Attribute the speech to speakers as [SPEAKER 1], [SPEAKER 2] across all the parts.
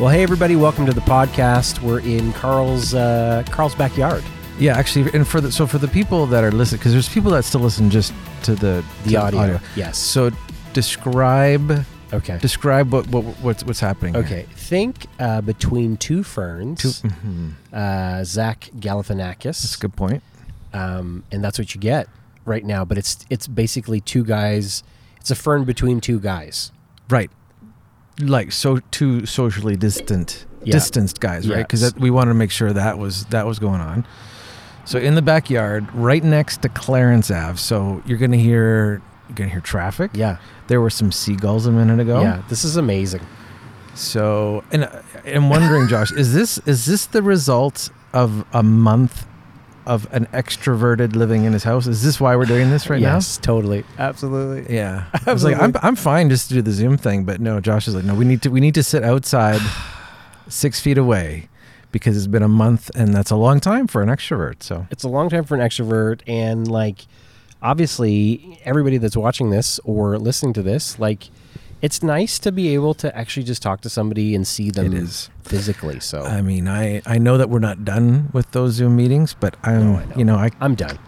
[SPEAKER 1] Well, hey everybody, welcome to the podcast. We're in Carl's uh, Carl's backyard.
[SPEAKER 2] Yeah, actually, and for the so for the people that are listening, because there's people that still listen just to the
[SPEAKER 1] The
[SPEAKER 2] to
[SPEAKER 1] audio, yes.
[SPEAKER 2] So describe
[SPEAKER 1] Okay.
[SPEAKER 2] describe what what what's what's happening. here.
[SPEAKER 1] Okay. Think uh, between two ferns.
[SPEAKER 2] Mhm.
[SPEAKER 1] Uh, Zach
[SPEAKER 2] that's a
[SPEAKER 1] Galifianakis,
[SPEAKER 2] good point.
[SPEAKER 1] um, and that's what you get right now. But it's it's basically two guys. It's a fern between two guys.
[SPEAKER 2] Right, like so two socially distant
[SPEAKER 1] Yeah.
[SPEAKER 2] distanced guys, right?
[SPEAKER 1] Yes.
[SPEAKER 2] Because we wanted to make sure that was that was going on. So in the backyard, right next to Clarence Ave. So you're gonna hear you're gonna hear traffic.
[SPEAKER 1] Yeah.
[SPEAKER 2] There were some seagulls a minute ago.
[SPEAKER 1] Yeah. This is amazing.
[SPEAKER 2] So, and uh, I'm wondering, Josh, is this is this the result of a month of an extroverted living in his house? Is this why we're doing this right
[SPEAKER 1] yes. Totally. Absolutely.
[SPEAKER 2] now? Yeah, I was like, I'm
[SPEAKER 1] Absolutely.
[SPEAKER 2] I'm fine just to do the Zoom thing, but no, Josh is like, no, we need to we need to sit outside, six feet away, because it's been a month, and that's a long time for an extrovert. So
[SPEAKER 1] It's a long time for an extrovert, and like, obviously, everybody that's watching this or listening to this, like, it's nice to be able to actually just talk to somebody and see them
[SPEAKER 2] It is.
[SPEAKER 1] physically. So
[SPEAKER 2] I mean, I I know that we're not done with those Zoom meetings, but I'm
[SPEAKER 1] No, I know.
[SPEAKER 2] you know I
[SPEAKER 1] I'm done.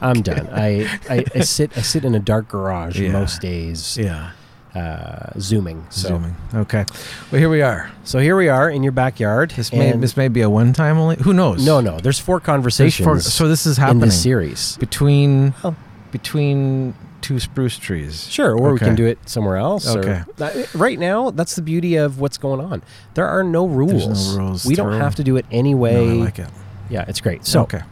[SPEAKER 1] I'm done. I, I, I sit I sit in a dark garage
[SPEAKER 2] Yeah.
[SPEAKER 1] most days,
[SPEAKER 2] yeah
[SPEAKER 1] uh, zooming. So
[SPEAKER 2] zooming. Okay, well here we are.
[SPEAKER 1] so here we are in your backyard.
[SPEAKER 2] This may
[SPEAKER 1] and-
[SPEAKER 2] this may be a one time only. Who knows?
[SPEAKER 1] no no. There's four
[SPEAKER 2] There's
[SPEAKER 1] conversations
[SPEAKER 2] four- so this is
[SPEAKER 1] in
[SPEAKER 2] happening
[SPEAKER 1] this series.
[SPEAKER 2] between
[SPEAKER 1] Oh.
[SPEAKER 2] between two spruce trees.
[SPEAKER 1] Sure, or we can
[SPEAKER 2] Okay.
[SPEAKER 1] do it somewhere else. or-
[SPEAKER 2] Okay.
[SPEAKER 1] Uh, right now, that's the beauty of what's going on. There are no rules.
[SPEAKER 2] no rules
[SPEAKER 1] We don't
[SPEAKER 2] through.
[SPEAKER 1] have to do it anyway.
[SPEAKER 2] No, I like it.
[SPEAKER 1] Yeah, it's great. So
[SPEAKER 2] okay.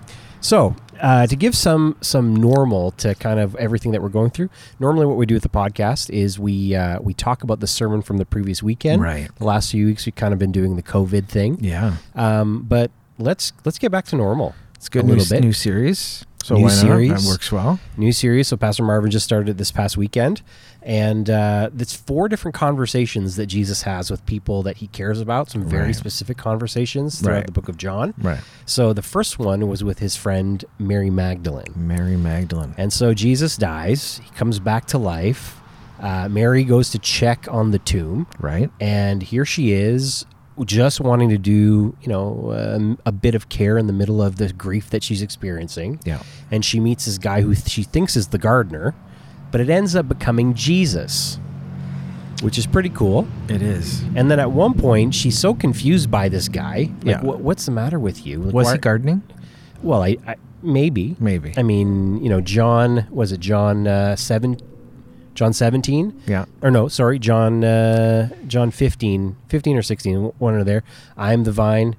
[SPEAKER 1] So, uh, to give some some normal to kind of everything that we're going through, normally what we do with the podcast is we uh, we talk about the sermon from the previous weekend.
[SPEAKER 2] Right.
[SPEAKER 1] The last few weeks we've kind of been doing the COVID thing,
[SPEAKER 2] Yeah.
[SPEAKER 1] um, but let's let's get back to normal.
[SPEAKER 2] It's good.
[SPEAKER 1] A
[SPEAKER 2] new,
[SPEAKER 1] little
[SPEAKER 2] s-
[SPEAKER 1] bit.
[SPEAKER 2] new series. So
[SPEAKER 1] New
[SPEAKER 2] why not?
[SPEAKER 1] series.
[SPEAKER 2] That works well.
[SPEAKER 1] New series. So Pastor Marvin just started it this past weekend, and uh, it's four different conversations that Jesus has with people that he cares about. Some very
[SPEAKER 2] Right.
[SPEAKER 1] specific conversations throughout
[SPEAKER 2] Right.
[SPEAKER 1] the book of John.
[SPEAKER 2] Right.
[SPEAKER 1] So the first one was with his friend Mary Magdalene.
[SPEAKER 2] Mary Magdalene.
[SPEAKER 1] And so Jesus dies. He comes back to life. Uh, Mary goes to check on the tomb,
[SPEAKER 2] Right.
[SPEAKER 1] and here she is, just wanting to do you know um, a bit of care in the middle of the grief that she's experiencing.
[SPEAKER 2] Yeah.
[SPEAKER 1] And she meets this guy who she thinks is the gardener, but it ends up becoming Jesus, which is pretty cool.
[SPEAKER 2] It is.
[SPEAKER 1] And then at one point, she's so confused by this guy. Like,
[SPEAKER 2] Yeah.
[SPEAKER 1] "What- what's the matter with you? Like,
[SPEAKER 2] Was
[SPEAKER 1] why-
[SPEAKER 2] he gardening?
[SPEAKER 1] Well, I, I maybe.
[SPEAKER 2] Maybe.
[SPEAKER 1] I mean, you know, John was it John uh, seven, John seventeen,
[SPEAKER 2] yeah.
[SPEAKER 1] or no, sorry, John uh, John 15, 15 or sixteen, one or there. I am the vine,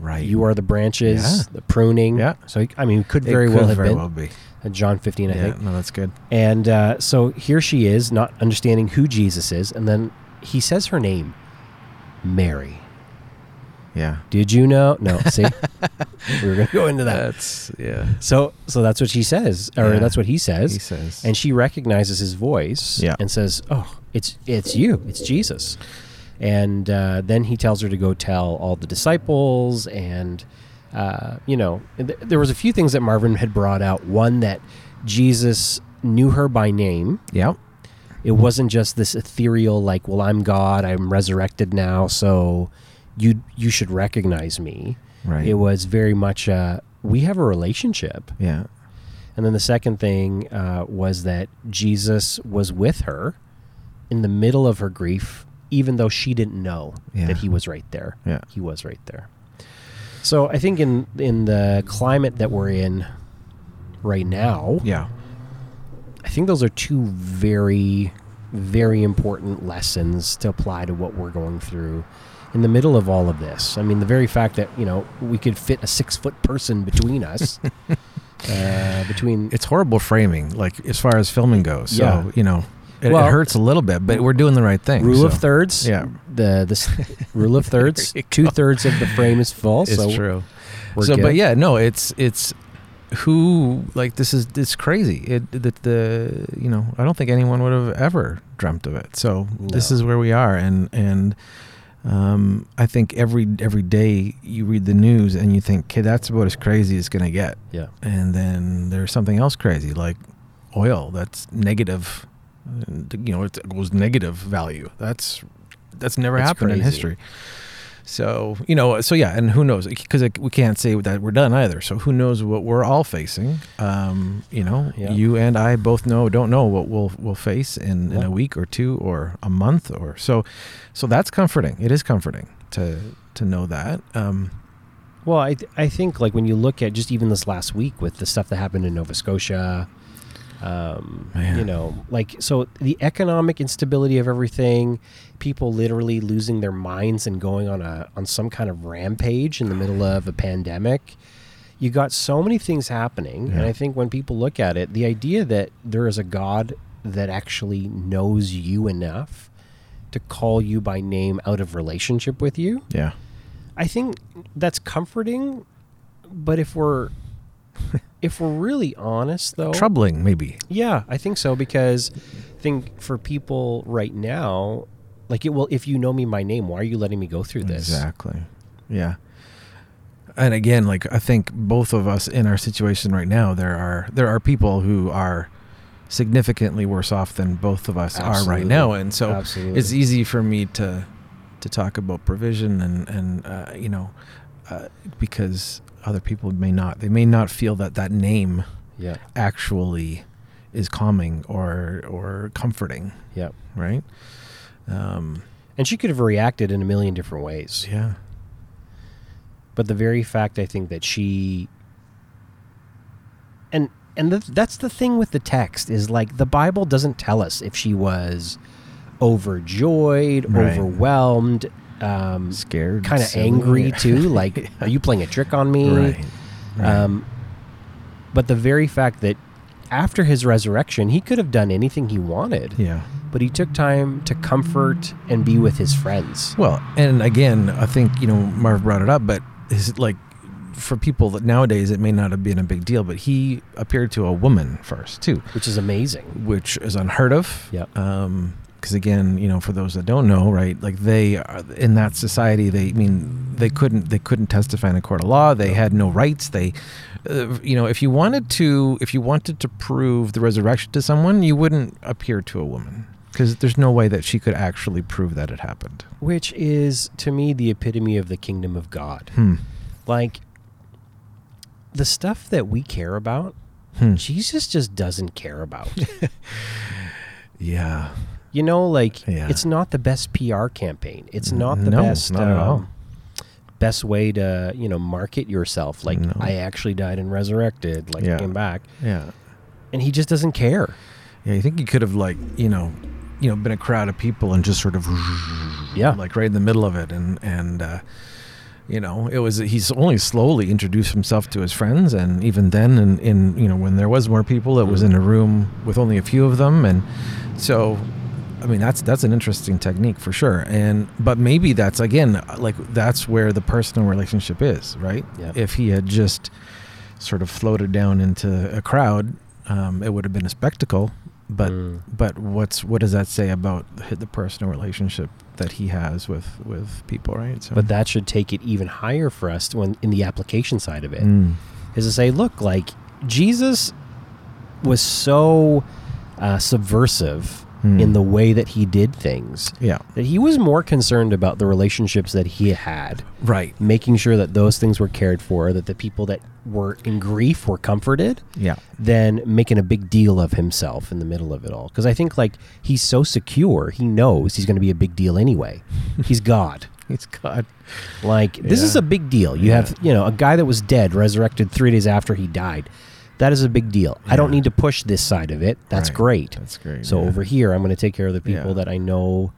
[SPEAKER 2] Right.
[SPEAKER 1] you are the branches,
[SPEAKER 2] Yeah.
[SPEAKER 1] the pruning.
[SPEAKER 2] Yeah.
[SPEAKER 1] So I mean, it could
[SPEAKER 2] It
[SPEAKER 1] very
[SPEAKER 2] could
[SPEAKER 1] well have
[SPEAKER 2] very
[SPEAKER 1] been
[SPEAKER 2] well be.
[SPEAKER 1] uh, John fifteen, I
[SPEAKER 2] Yeah.
[SPEAKER 1] think.
[SPEAKER 2] No, that's good.
[SPEAKER 1] And uh, so here she is, not understanding who Jesus is, and then he says her name, Mary.
[SPEAKER 2] Yeah.
[SPEAKER 1] Did you know? No, see, we were gonna go into that.
[SPEAKER 2] That's yeah.
[SPEAKER 1] So, so that's what she says, or
[SPEAKER 2] Yeah.
[SPEAKER 1] that's what he says.
[SPEAKER 2] He says.
[SPEAKER 1] and she recognizes his voice
[SPEAKER 2] Yeah.
[SPEAKER 1] and says, "Oh, it's it's you, it's Jesus." And uh, then he tells her to go tell all the disciples, and uh, you know, th- there was a few things that Marvin had brought out. One that Jesus knew her by name.
[SPEAKER 2] yeah.
[SPEAKER 1] It wasn't just this ethereal, like, "Well, I'm God, I'm resurrected now, so you you should recognize me."
[SPEAKER 2] Right.
[SPEAKER 1] It was very much, uh, "We have a relationship."
[SPEAKER 2] yeah.
[SPEAKER 1] And then the second thing uh, was that Jesus was with her in the middle of her grief, even though she didn't know
[SPEAKER 2] Yeah.
[SPEAKER 1] that he was right there.
[SPEAKER 2] Yeah.
[SPEAKER 1] He was right there. So I think in in the climate that we're in right now,
[SPEAKER 2] Yeah.
[SPEAKER 1] I think those are two very, very important lessons to apply to what we're going through in the middle of all of this. I mean, the very fact that you know we could fit a six foot person between us, uh, between
[SPEAKER 2] it's horrible framing, like as far as filming goes. So
[SPEAKER 1] Yeah.
[SPEAKER 2] you know, it,
[SPEAKER 1] Well-
[SPEAKER 2] it hurts a little bit, but we're doing the right thing.
[SPEAKER 1] Rule
[SPEAKER 2] so.
[SPEAKER 1] of thirds.
[SPEAKER 2] Yeah.
[SPEAKER 1] The the s- rule of thirds.
[SPEAKER 2] There you
[SPEAKER 1] Two thirds of the frame is full.
[SPEAKER 2] It's
[SPEAKER 1] so
[SPEAKER 2] true.
[SPEAKER 1] we're
[SPEAKER 2] so,
[SPEAKER 1] good.
[SPEAKER 2] but yeah, no, it's it's who like this is it's crazy. It the, the you know I don't think anyone would have ever dreamt of it. So this
[SPEAKER 1] No.
[SPEAKER 2] is where we are, and and um, I think every every day you read the news and you think, okay, that's about as crazy as it's gonna get.
[SPEAKER 1] yeah,
[SPEAKER 2] and then there's something else crazy like oil that's negative and, you know it goes negative value that's that's never
[SPEAKER 1] It's
[SPEAKER 2] happened in
[SPEAKER 1] crazy.
[SPEAKER 2] history. So you know, so yeah, and who knows? Because we can't say that we're done either. So who knows what we're all facing? Um, you know,
[SPEAKER 1] Yeah.
[SPEAKER 2] you and I both know don't know what we'll we'll face in, in
[SPEAKER 1] Yeah.
[SPEAKER 2] a week or two or a month or so. So that's comforting. It is comforting to to know that. Um,
[SPEAKER 1] Well, I, th- I think like when you look at just even this last week with the stuff that happened in Nova Scotia, um,
[SPEAKER 2] Man.
[SPEAKER 1] you know, like so the economic instability of everything, people literally losing their minds and going on a on some kind of rampage in the middle of a pandemic. You got so many things happening, and
[SPEAKER 2] Yeah.
[SPEAKER 1] I think when people look at it, the idea that there is a God that actually knows you enough to call you by name out of relationship with you.
[SPEAKER 2] yeah.
[SPEAKER 1] I think that's comforting, but if we're if we're really honest though,
[SPEAKER 2] Troubling maybe.
[SPEAKER 1] yeah, I think so because I think for people right now, like it well, if you know me by name, why are you letting me go through this?
[SPEAKER 2] Exactly. Yeah. And again, like I think both of us in our situation right now, there are there are people who are significantly worse off than both of us are right
[SPEAKER 1] Absolutely.
[SPEAKER 2] now, and so
[SPEAKER 1] Absolutely.
[SPEAKER 2] it's easy for me to to talk about provision and and uh, you know uh, because other people may not they may not feel that that name
[SPEAKER 1] yeah,
[SPEAKER 2] actually is calming or or comforting,
[SPEAKER 1] yeah.
[SPEAKER 2] right? Um,
[SPEAKER 1] And she could have reacted in a million different ways.
[SPEAKER 2] yeah.
[SPEAKER 1] but the very fact I think that she and and th- that's the thing with the text is like the Bible doesn't tell us if she was overjoyed,
[SPEAKER 2] Right.
[SPEAKER 1] overwhelmed, um,
[SPEAKER 2] Scared.
[SPEAKER 1] kind of
[SPEAKER 2] silly,
[SPEAKER 1] angry
[SPEAKER 2] or-
[SPEAKER 1] too. Like, are you playing a trick on me?
[SPEAKER 2] Right. right.
[SPEAKER 1] Um, but the very fact that after his resurrection, he could have done anything he wanted,
[SPEAKER 2] yeah.
[SPEAKER 1] but he took time to comfort and be with his friends.
[SPEAKER 2] Well, and again, I think you know Marv brought it up, but is it like for people that nowadays it may not have been a big deal, but he appeared to a woman first too,
[SPEAKER 1] Which is amazing.
[SPEAKER 2] which is unheard of.
[SPEAKER 1] Yep.
[SPEAKER 2] Um, because again, you know, for those that don't know, right? Like they are, in that society, they I mean they couldn't they couldn't testify in a court of law. They had no rights. They, uh, you know, if you wanted to if you wanted to prove the resurrection to someone, you wouldn't appear to a woman because there's no way that she could actually prove that it happened.
[SPEAKER 1] Which is, to me, the epitome of the kingdom of God.
[SPEAKER 2] Hmm.
[SPEAKER 1] Like, the stuff that we care about,
[SPEAKER 2] Hmm.
[SPEAKER 1] Jesus just doesn't care about.
[SPEAKER 2] Yeah.
[SPEAKER 1] you know, like,
[SPEAKER 2] Yeah.
[SPEAKER 1] it's not the best PR campaign. It's not the
[SPEAKER 2] No,
[SPEAKER 1] best. um,
[SPEAKER 2] not at all.
[SPEAKER 1] Best way to you know market yourself like
[SPEAKER 2] No.
[SPEAKER 1] I actually died and resurrected like
[SPEAKER 2] Yeah.
[SPEAKER 1] I came back
[SPEAKER 2] Yeah.
[SPEAKER 1] and he just doesn't care
[SPEAKER 2] Yeah. You think you could have like, you know, you know, been a crowd of people and just sort of
[SPEAKER 1] yeah
[SPEAKER 2] like right in the middle of it and and uh you know, it was he's only slowly introduced himself to his friends and even then in, in you know, when there was more people, it was in a room with only a few of them and so I mean that's that's an interesting technique for sure. And but maybe that's again like that's where the personal relationship is, right?
[SPEAKER 1] Yep.
[SPEAKER 2] If he had just sort of floated down into a crowd, um, it would have been a spectacle. But
[SPEAKER 1] Mm.
[SPEAKER 2] but what's what does that say about h- the personal relationship that he has with with people, right? So,
[SPEAKER 1] but that should take it even higher for us when in the application side of it
[SPEAKER 2] Mm.
[SPEAKER 1] is to say, look, like Jesus was so uh, subversive
[SPEAKER 2] Hmm.
[SPEAKER 1] in the way that he did things
[SPEAKER 2] yeah,
[SPEAKER 1] that he was more concerned about the relationships that he had,
[SPEAKER 2] right,
[SPEAKER 1] making sure that those things were cared for, that the people that were in grief were comforted,
[SPEAKER 2] yeah,
[SPEAKER 1] than making a big deal of himself in the middle of it all. Because I think like he's so secure, he knows he's going to be a big deal anyway. he's God.
[SPEAKER 2] it's God.
[SPEAKER 1] Like this is
[SPEAKER 2] Yeah.
[SPEAKER 1] a big deal. You
[SPEAKER 2] Yeah.
[SPEAKER 1] have you know a guy that was dead resurrected three days after he died. That is a big deal. I don't
[SPEAKER 2] Yeah.
[SPEAKER 1] need to push this side of it. That's
[SPEAKER 2] Right.
[SPEAKER 1] great.
[SPEAKER 2] That's great.
[SPEAKER 1] So
[SPEAKER 2] yeah.
[SPEAKER 1] over here, I'm going to take care of the people
[SPEAKER 2] Yeah.
[SPEAKER 1] that I know,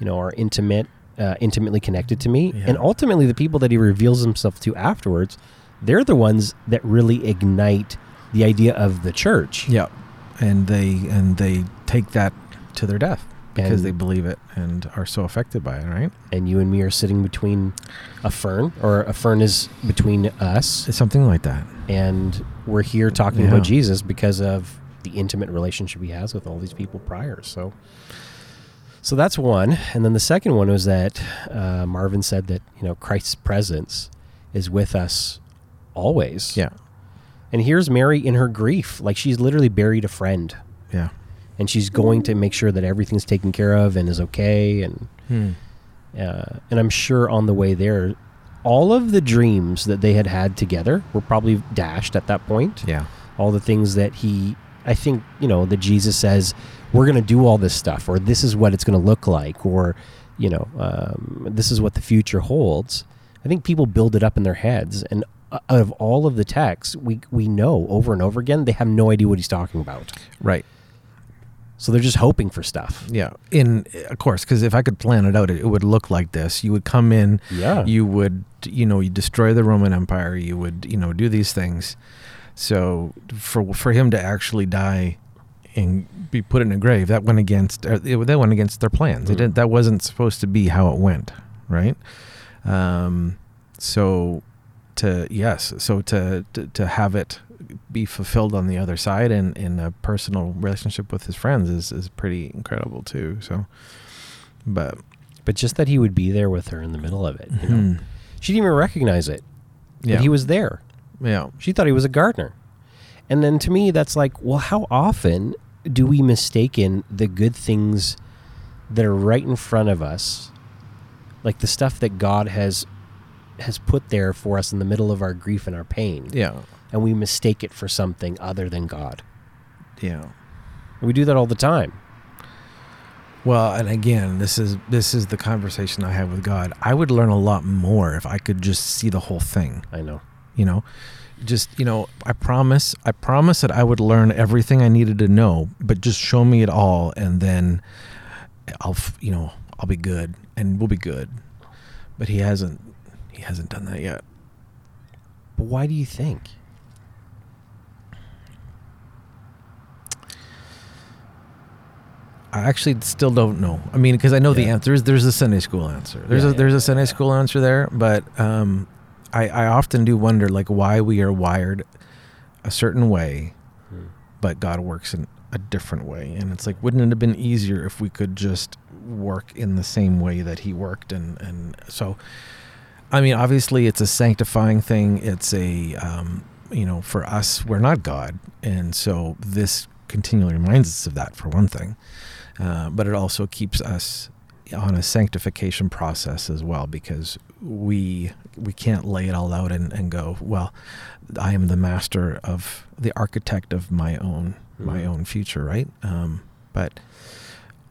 [SPEAKER 1] you know, are intimate, uh, intimately connected to me,
[SPEAKER 2] Yeah.
[SPEAKER 1] and ultimately the people that he reveals himself to afterwards, they're the ones that really ignite the idea of the church.
[SPEAKER 2] yeah, and they and they take that to their death because
[SPEAKER 1] And-
[SPEAKER 2] they believe it and are so affected by it, right?
[SPEAKER 1] And you and me are sitting between a fern, or a fern is between us
[SPEAKER 2] It's something like that.
[SPEAKER 1] and we're here talking
[SPEAKER 2] Yeah.
[SPEAKER 1] about Jesus because of the intimate relationship he has with all these people prior. So, so that's one. And then the second one was that uh, Marvin said that you know Christ's presence is with us always.
[SPEAKER 2] Yeah,
[SPEAKER 1] And here's Mary in her grief, like she's literally buried a friend,
[SPEAKER 2] yeah.
[SPEAKER 1] and she's going to make sure that everything's taken care of and is okay. And Uh, and I'm sure on the way there, all of the dreams that they had had together were probably dashed at that point.
[SPEAKER 2] Yeah.
[SPEAKER 1] All the things that he, I think, you know, that Jesus says, we're going to do all this stuff, or this is what it's going to look like, or, you know, um, this is what the future holds. I think people build it up in their heads. And out of all of the texts, we, we know over and over again, they have no idea what he's talking about.
[SPEAKER 2] Right.
[SPEAKER 1] So they're just hoping for stuff.
[SPEAKER 2] Yeah. In of course, because if I could plan it out, it, it would look like this. You would come in.
[SPEAKER 1] Yeah.
[SPEAKER 2] You would, you know, you destroy the Roman Empire. You would, you know, do these things. So for for him to actually die and be put in a grave, that went against uh, it, that went against their plans. It
[SPEAKER 1] Mm.
[SPEAKER 2] didn't. That wasn't supposed to be how it went, right? Um. So to yes, so to to, to have it be fulfilled on the other side and in a personal relationship with his friends is, is pretty incredible too. So, but
[SPEAKER 1] But just that he would be there with her in the middle of it. You know?
[SPEAKER 2] hmm,
[SPEAKER 1] She didn't even recognize it. that
[SPEAKER 2] yeah,
[SPEAKER 1] he was there.
[SPEAKER 2] yeah,
[SPEAKER 1] She thought he was a gardener. And then to me, that's like, well, how often do we mistaken the good things that are right in front of us, like the stuff that God has has put there for us in the middle of our grief and our pain,
[SPEAKER 2] yeah,
[SPEAKER 1] and we mistake it for something other than God?
[SPEAKER 2] yeah.
[SPEAKER 1] And we do that all the time.
[SPEAKER 2] Well, and again, this is this is the conversation I have with God. I would learn a lot more if I could just see the whole thing.
[SPEAKER 1] I know.
[SPEAKER 2] you know just you know i promise i promise that i would learn everything i needed to know but just show me it all and then i'll f- you know i'll be good and we'll be good but he hasn't he hasn't done that yet
[SPEAKER 1] But why do you think?
[SPEAKER 2] i actually still don't know i mean because i know the
[SPEAKER 1] Yeah.
[SPEAKER 2] answer is there's a sunday school answer there's
[SPEAKER 1] Yeah,
[SPEAKER 2] a
[SPEAKER 1] yeah,
[SPEAKER 2] there's
[SPEAKER 1] yeah,
[SPEAKER 2] a sunday
[SPEAKER 1] yeah.
[SPEAKER 2] school answer there but um i i often do wonder like why we are wired a certain way but God works in a different way. And it's like, wouldn't it have been easier if we could just work in the same way that He worked? And and so, I mean, obviously, it's a sanctifying thing. It's a um, you know, for us, we're not God, and so this continually reminds us of that for one thing. Uh, but it also keeps us on a sanctification process as well because we we can't lay it all out and, and go well i am the master of the architect of my own my
[SPEAKER 1] Mhm.
[SPEAKER 2] own future right um, but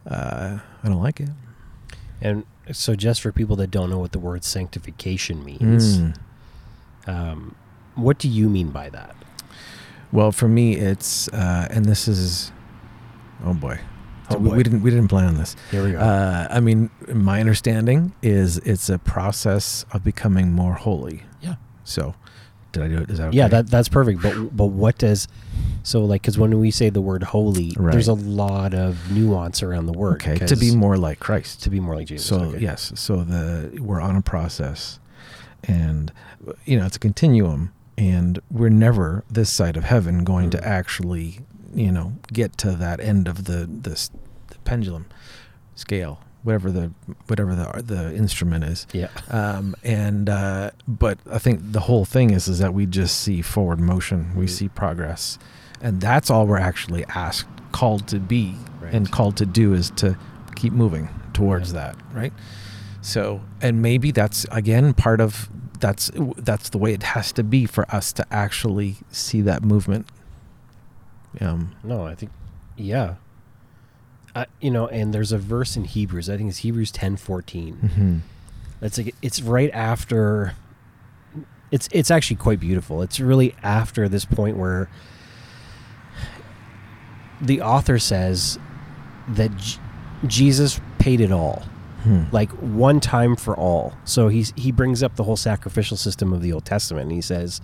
[SPEAKER 2] uh, i don't like it
[SPEAKER 1] And so, just for people that don't know what the word sanctification means,
[SPEAKER 2] Mm.
[SPEAKER 1] um, what do you mean by that?
[SPEAKER 2] well for me it's uh, and this is oh boy
[SPEAKER 1] Oh
[SPEAKER 2] So we-
[SPEAKER 1] boy.
[SPEAKER 2] we didn't we didn't plan this
[SPEAKER 1] Here we go.
[SPEAKER 2] Uh, I mean, my understanding is it's a process of becoming more holy.
[SPEAKER 1] Yeah.
[SPEAKER 2] So, did I do it? Is that okay?
[SPEAKER 1] Yeah, that that's perfect. But but what does so like because when we say the word holy,
[SPEAKER 2] Right.
[SPEAKER 1] there's a lot of nuance around the word.
[SPEAKER 2] okay. To
[SPEAKER 1] 'cause-
[SPEAKER 2] be more like Christ.
[SPEAKER 1] to be more like Jesus.
[SPEAKER 2] so
[SPEAKER 1] okay.
[SPEAKER 2] yes, so the we're on a process, and you know it's a continuum, and we're never this side of heaven going
[SPEAKER 1] Mm.
[SPEAKER 2] to actually you know get to that end of the this the pendulum scale, whatever the whatever the the instrument is.
[SPEAKER 1] yeah,
[SPEAKER 2] um, and uh, but I think the whole thing is is that we just see forward motion, we
[SPEAKER 1] Mhm.
[SPEAKER 2] see progress, and that's all we're actually asked, called to be,
[SPEAKER 1] Right.
[SPEAKER 2] and called to do is to keep moving towards
[SPEAKER 1] Yeah.
[SPEAKER 2] that, right? So, and maybe that's again part of that's that's the way it has to be for us to actually see that movement. Um,
[SPEAKER 1] no, I think yeah, I, you know, and there's a verse in Hebrews. I think it's Hebrews ten fourteen.
[SPEAKER 2] mhm.
[SPEAKER 1] That's like it's right after. It's it's actually quite beautiful. It's really after this point where the author says that J- Jesus paid it all.
[SPEAKER 2] Hmm.
[SPEAKER 1] like one time for all. So he's he brings up the whole sacrificial system of the Old Testament and he says,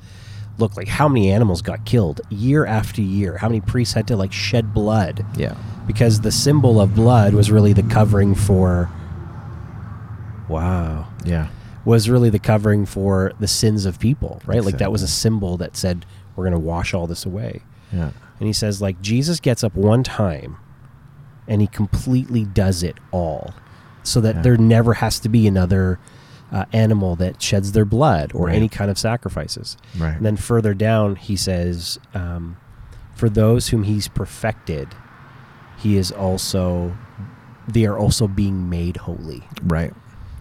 [SPEAKER 1] look, like how many animals got killed year after year? How many priests had to like shed blood?
[SPEAKER 2] yeah,
[SPEAKER 1] Because the symbol of blood was really the covering for wow,
[SPEAKER 2] yeah,
[SPEAKER 1] was really the covering for the sins of people, right? Like that was a
[SPEAKER 2] Exactly.
[SPEAKER 1] symbol that said we're going to wash all this away.
[SPEAKER 2] yeah,
[SPEAKER 1] And he says like Jesus gets up one time and he completely does it all so that
[SPEAKER 2] Yeah.
[SPEAKER 1] there never has to be another uh, animal that sheds their blood or
[SPEAKER 2] Right.
[SPEAKER 1] any kind of sacrifices.
[SPEAKER 2] right,
[SPEAKER 1] And then further down, he says, um, for those whom he's perfected, he is also, they are also being made holy.
[SPEAKER 2] right,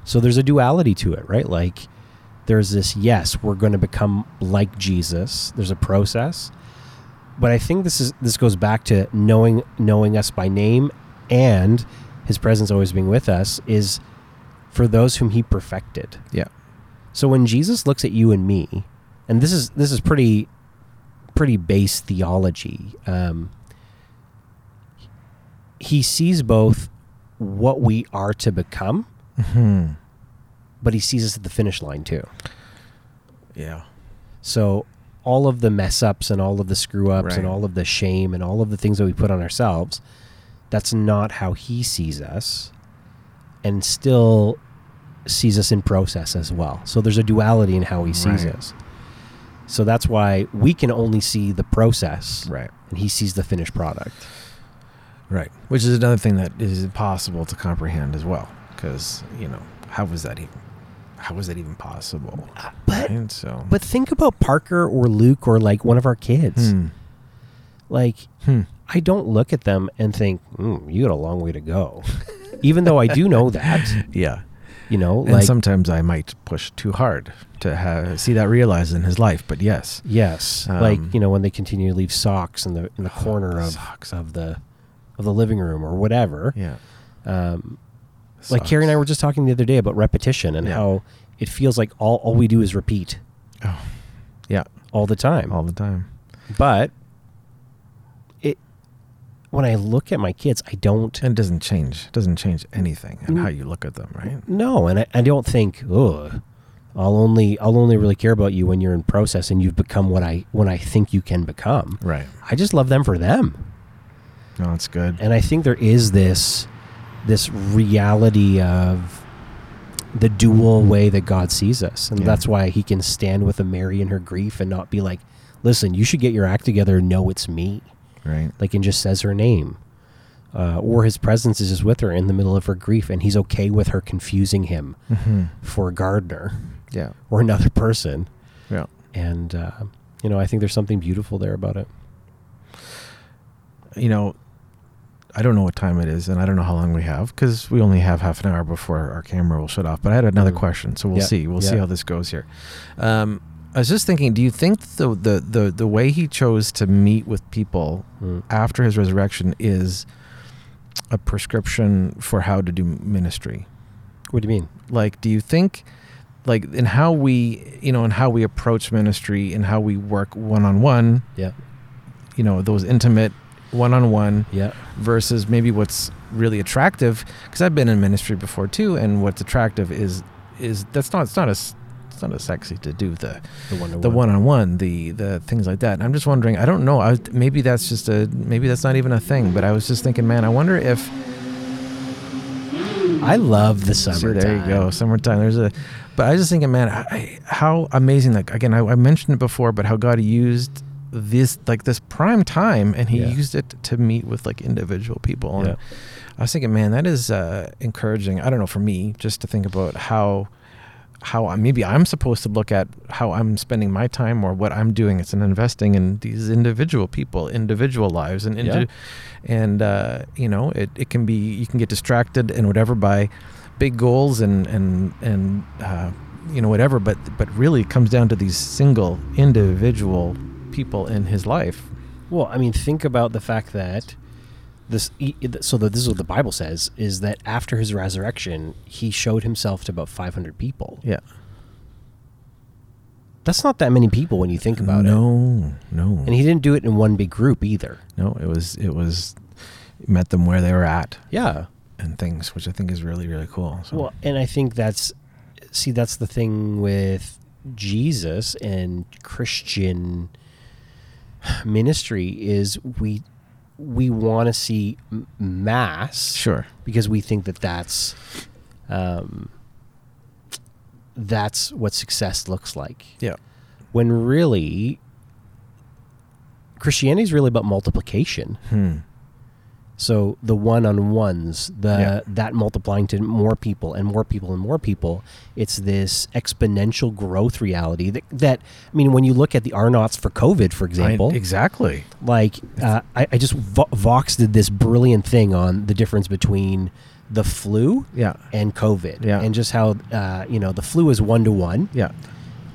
[SPEAKER 1] So there's a duality to it, right? Like there's this yes, we're going to become like Jesus. There's a process. But I think this is this goes back to knowing knowing us by name and his presence always being with us is for those whom he perfected.
[SPEAKER 2] Yeah.
[SPEAKER 1] So when Jesus looks at you and me, and this is this is pretty pretty base theology. Um, he sees both what we are to become,
[SPEAKER 2] Hmm.
[SPEAKER 1] but he sees us at the finish line too.
[SPEAKER 2] Yeah.
[SPEAKER 1] So all of the mess ups and all of the screw ups and
[SPEAKER 2] Right.
[SPEAKER 1] all of the shame and all of the things that we put on ourselves, that's not how he sees us and still sees us in process as well. So there's a duality in how he sees
[SPEAKER 2] Right.
[SPEAKER 1] us. So that's why we can only see the process
[SPEAKER 2] Right.
[SPEAKER 1] and he sees the finished product.
[SPEAKER 2] Right. Which is another thing that is impossible to comprehend as well, because you know how was that even how was that even possible?
[SPEAKER 1] But
[SPEAKER 2] Right? So.
[SPEAKER 1] but think about Parker or Luke or like one of our kids.
[SPEAKER 2] Hmm.
[SPEAKER 1] Like
[SPEAKER 2] Hmm.
[SPEAKER 1] I don't look at them and think, mm, "You got a long way to go," even though I do know that.
[SPEAKER 2] Yeah.
[SPEAKER 1] You know,
[SPEAKER 2] And
[SPEAKER 1] like
[SPEAKER 2] sometimes I might push too hard to have, see that realized in his life, but yes.
[SPEAKER 1] yes, like
[SPEAKER 2] Um,
[SPEAKER 1] you know when they continue to leave socks in the in the
[SPEAKER 2] Oh,
[SPEAKER 1] corner
[SPEAKER 2] the
[SPEAKER 1] of
[SPEAKER 2] socks.
[SPEAKER 1] of the of the living room or whatever.
[SPEAKER 2] Yeah.
[SPEAKER 1] Um, like Carrie and I were just talking the other day about repetition and
[SPEAKER 2] Yeah.
[SPEAKER 1] how it feels like all all we do is repeat
[SPEAKER 2] Oh. Yeah.
[SPEAKER 1] all the time.
[SPEAKER 2] All the time.
[SPEAKER 1] but it when I look at my kids, I don't
[SPEAKER 2] And it doesn't change. It doesn't change anything and
[SPEAKER 1] Mm.
[SPEAKER 2] how you look at them, right?
[SPEAKER 1] No, and I, I don't think. Ugh, I'll only I'll only really care about you when you're in process and you've become what I when I think you can become.
[SPEAKER 2] Right.
[SPEAKER 1] I just love them for them,
[SPEAKER 2] No, that's good.
[SPEAKER 1] and I think there is this this reality of the dual way that God sees us, and
[SPEAKER 2] Yeah.
[SPEAKER 1] that's why He can stand with a Mary in her grief and not be like, "Listen, you should get your act together and know it's me,"
[SPEAKER 2] right.
[SPEAKER 1] like and just says her name. Uh, or his presence is just with her in the middle of her grief, and he's okay with her confusing him
[SPEAKER 2] hmm
[SPEAKER 1] for a gardener
[SPEAKER 2] Yeah.
[SPEAKER 1] or another person.
[SPEAKER 2] Yeah.
[SPEAKER 1] And, uh, you know, I think there's something beautiful there about it.
[SPEAKER 2] You know, I don't know what time it is and I don't know how long we have because we only have half an hour before our camera will shut off. But I had another
[SPEAKER 1] Mm.
[SPEAKER 2] question. So we'll
[SPEAKER 1] Yeah.
[SPEAKER 2] see. We'll see
[SPEAKER 1] Yeah.
[SPEAKER 2] how this goes here. Um, I was just thinking, do you think the, the, the, the way he chose to meet with people
[SPEAKER 1] Mm.
[SPEAKER 2] after his resurrection is a prescription for how to do ministry?
[SPEAKER 1] What do you mean?
[SPEAKER 2] like do you think like in how we you know in how we approach ministry and how we work one-on-one
[SPEAKER 1] Yeah.
[SPEAKER 2] you know those intimate one-on-one
[SPEAKER 1] Yeah.
[SPEAKER 2] versus maybe what's really attractive because i've been in ministry before too and what's attractive is is that's not it's not as it's not as sexy to do the oh
[SPEAKER 1] The one to
[SPEAKER 2] the one-on-one the the things like that and i'm just wondering i don't know I, maybe that's just a maybe that's not even a thing but i was just thinking man i wonder if
[SPEAKER 1] I love the
[SPEAKER 2] See,
[SPEAKER 1] summer.
[SPEAKER 2] there you go, summertime. There's a, but I was just thinking, man, I, I- how amazing! Like again, I, I mentioned it before, but how God used this, like this prime time, and He
[SPEAKER 1] Yeah.
[SPEAKER 2] used it to meet with like individual people. And
[SPEAKER 1] Yeah.
[SPEAKER 2] I was thinking, man, that is uh, encouraging. I don't know for me, just to think about how how I, maybe I'm supposed to look at how I'm spending my time or what I'm doing. It's an investing in these individual people, individual lives, and
[SPEAKER 1] Yeah.
[SPEAKER 2] indi- and uh, you know it, it can be you can get distracted and whatever by big goals and and and uh, you know whatever. But but really it comes down to these single individual people in his life.
[SPEAKER 1] Well, I mean, think about the fact that this, e- e- so that this is what the Bible says is that after his resurrection, he showed himself to about 500 people.
[SPEAKER 2] Yeah.
[SPEAKER 1] That's not that many people when you think about it.
[SPEAKER 2] no, no,
[SPEAKER 1] And he didn't do it in one big group either.
[SPEAKER 2] no. It was it was met them where they were at
[SPEAKER 1] Yeah.
[SPEAKER 2] and things, which I think is really really cool. So.
[SPEAKER 1] Well, and I think that's see that's the thing with Jesus and Christian ministry is we we want to see m- mass
[SPEAKER 2] sure.
[SPEAKER 1] because we think that that's um, that's what success looks like
[SPEAKER 2] Yeah.
[SPEAKER 1] when really Christianity is really about multiplication.
[SPEAKER 2] Hmm.
[SPEAKER 1] So the one on ones, the
[SPEAKER 2] Yeah.
[SPEAKER 1] that multiplying to more people and more people and more people, it's this exponential growth reality that, that I mean, when you look at the Arnauts for COVID, for example,
[SPEAKER 2] I- exactly.
[SPEAKER 1] like uh, I, I just Vo- Vox did this brilliant thing on the difference between the flu
[SPEAKER 2] Yeah.
[SPEAKER 1] and COVID,
[SPEAKER 2] Yeah.
[SPEAKER 1] and just how uh, you know the flu is one to one,
[SPEAKER 2] Yeah.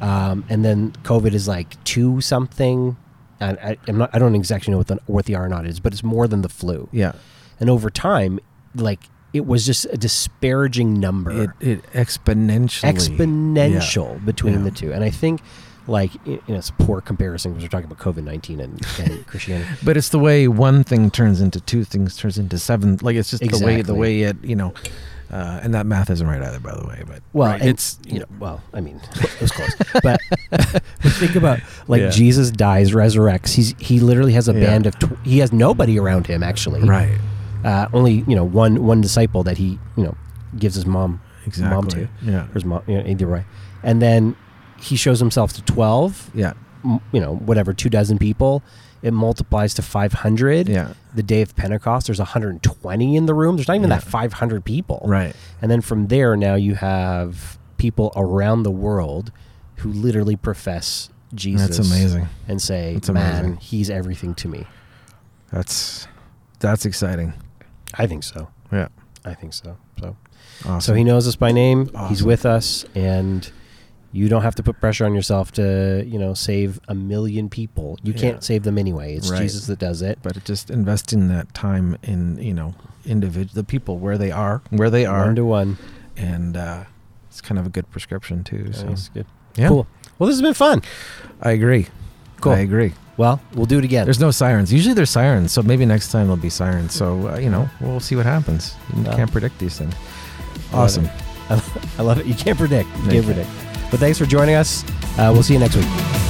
[SPEAKER 1] um, and then COVID is like two something. And I, I'm not. I don't exactly know what the what the R naught is, but it's more than the flu.
[SPEAKER 2] Yeah.
[SPEAKER 1] And over time, like it was just a disparaging number
[SPEAKER 2] It, it exponentially.
[SPEAKER 1] exponential between
[SPEAKER 2] Yeah.
[SPEAKER 1] the two. And I think, like, y- you know, it's a poor comparison because we're talking about COVID 19 and, and Christianity.
[SPEAKER 2] Yeah. But it's the way one thing turns into two things turns into seven. Like it's just the
[SPEAKER 1] Exactly.
[SPEAKER 2] way the way it you know, uh, and that math isn't right either, by the way. But
[SPEAKER 1] Well,
[SPEAKER 2] right,
[SPEAKER 1] and,
[SPEAKER 2] it's
[SPEAKER 1] you know, well, I mean, it was close. but but think about, like,
[SPEAKER 2] Yeah.
[SPEAKER 1] Jesus dies, resurrects. He's He literally has a
[SPEAKER 2] Yeah.
[SPEAKER 1] band of, tw- he has nobody around him, actually.
[SPEAKER 2] right.
[SPEAKER 1] Uh, only, you know, one one disciple that he, you know, gives his mom,
[SPEAKER 2] Exactly.
[SPEAKER 1] mom to, or
[SPEAKER 2] Yeah.
[SPEAKER 1] his mom, you know, either way. And then he shows himself to 12,
[SPEAKER 2] Yeah.
[SPEAKER 1] m- you know, whatever, two dozen people. It multiplies to 500.
[SPEAKER 2] Yeah.
[SPEAKER 1] the day of Pentecost, there's 120 in the room. There's not even that
[SPEAKER 2] Yeah.
[SPEAKER 1] 500 people.
[SPEAKER 2] Right.
[SPEAKER 1] And then from there, now you have people around the world who literally profess Jesus.
[SPEAKER 2] That's amazing.
[SPEAKER 1] And say,
[SPEAKER 2] That's
[SPEAKER 1] man,
[SPEAKER 2] amazing.
[SPEAKER 1] he's everything to me.
[SPEAKER 2] That's that's exciting.
[SPEAKER 1] I think so.
[SPEAKER 2] Yeah.
[SPEAKER 1] I think so. So,
[SPEAKER 2] Awesome.
[SPEAKER 1] so he knows us by name. He's
[SPEAKER 2] Awesome.
[SPEAKER 1] with us. And you don't have to put pressure on yourself to, you know, save a million people. You
[SPEAKER 2] Yeah.
[SPEAKER 1] can't save them anyway. It's
[SPEAKER 2] Right.
[SPEAKER 1] Jesus that does it.
[SPEAKER 2] but just investing that time in you know individual the people where they are where they are
[SPEAKER 1] One to one.
[SPEAKER 2] and uh, it's kind of a good prescription too so
[SPEAKER 1] That's good.
[SPEAKER 2] yeah
[SPEAKER 1] Cool. Well, this has been fun.
[SPEAKER 2] i agree
[SPEAKER 1] Cool.
[SPEAKER 2] i agree
[SPEAKER 1] Well, we'll do it again.
[SPEAKER 2] there's no sirens usually there's sirens so maybe next time there'll be sirens so uh, you know we'll see what happens you
[SPEAKER 1] Yeah.
[SPEAKER 2] can't predict these things awesome
[SPEAKER 1] I love it. You can't predict. You
[SPEAKER 2] Thank
[SPEAKER 1] can't
[SPEAKER 2] you.
[SPEAKER 1] predict. But thanks for joining us. Uh, we'll see you next week.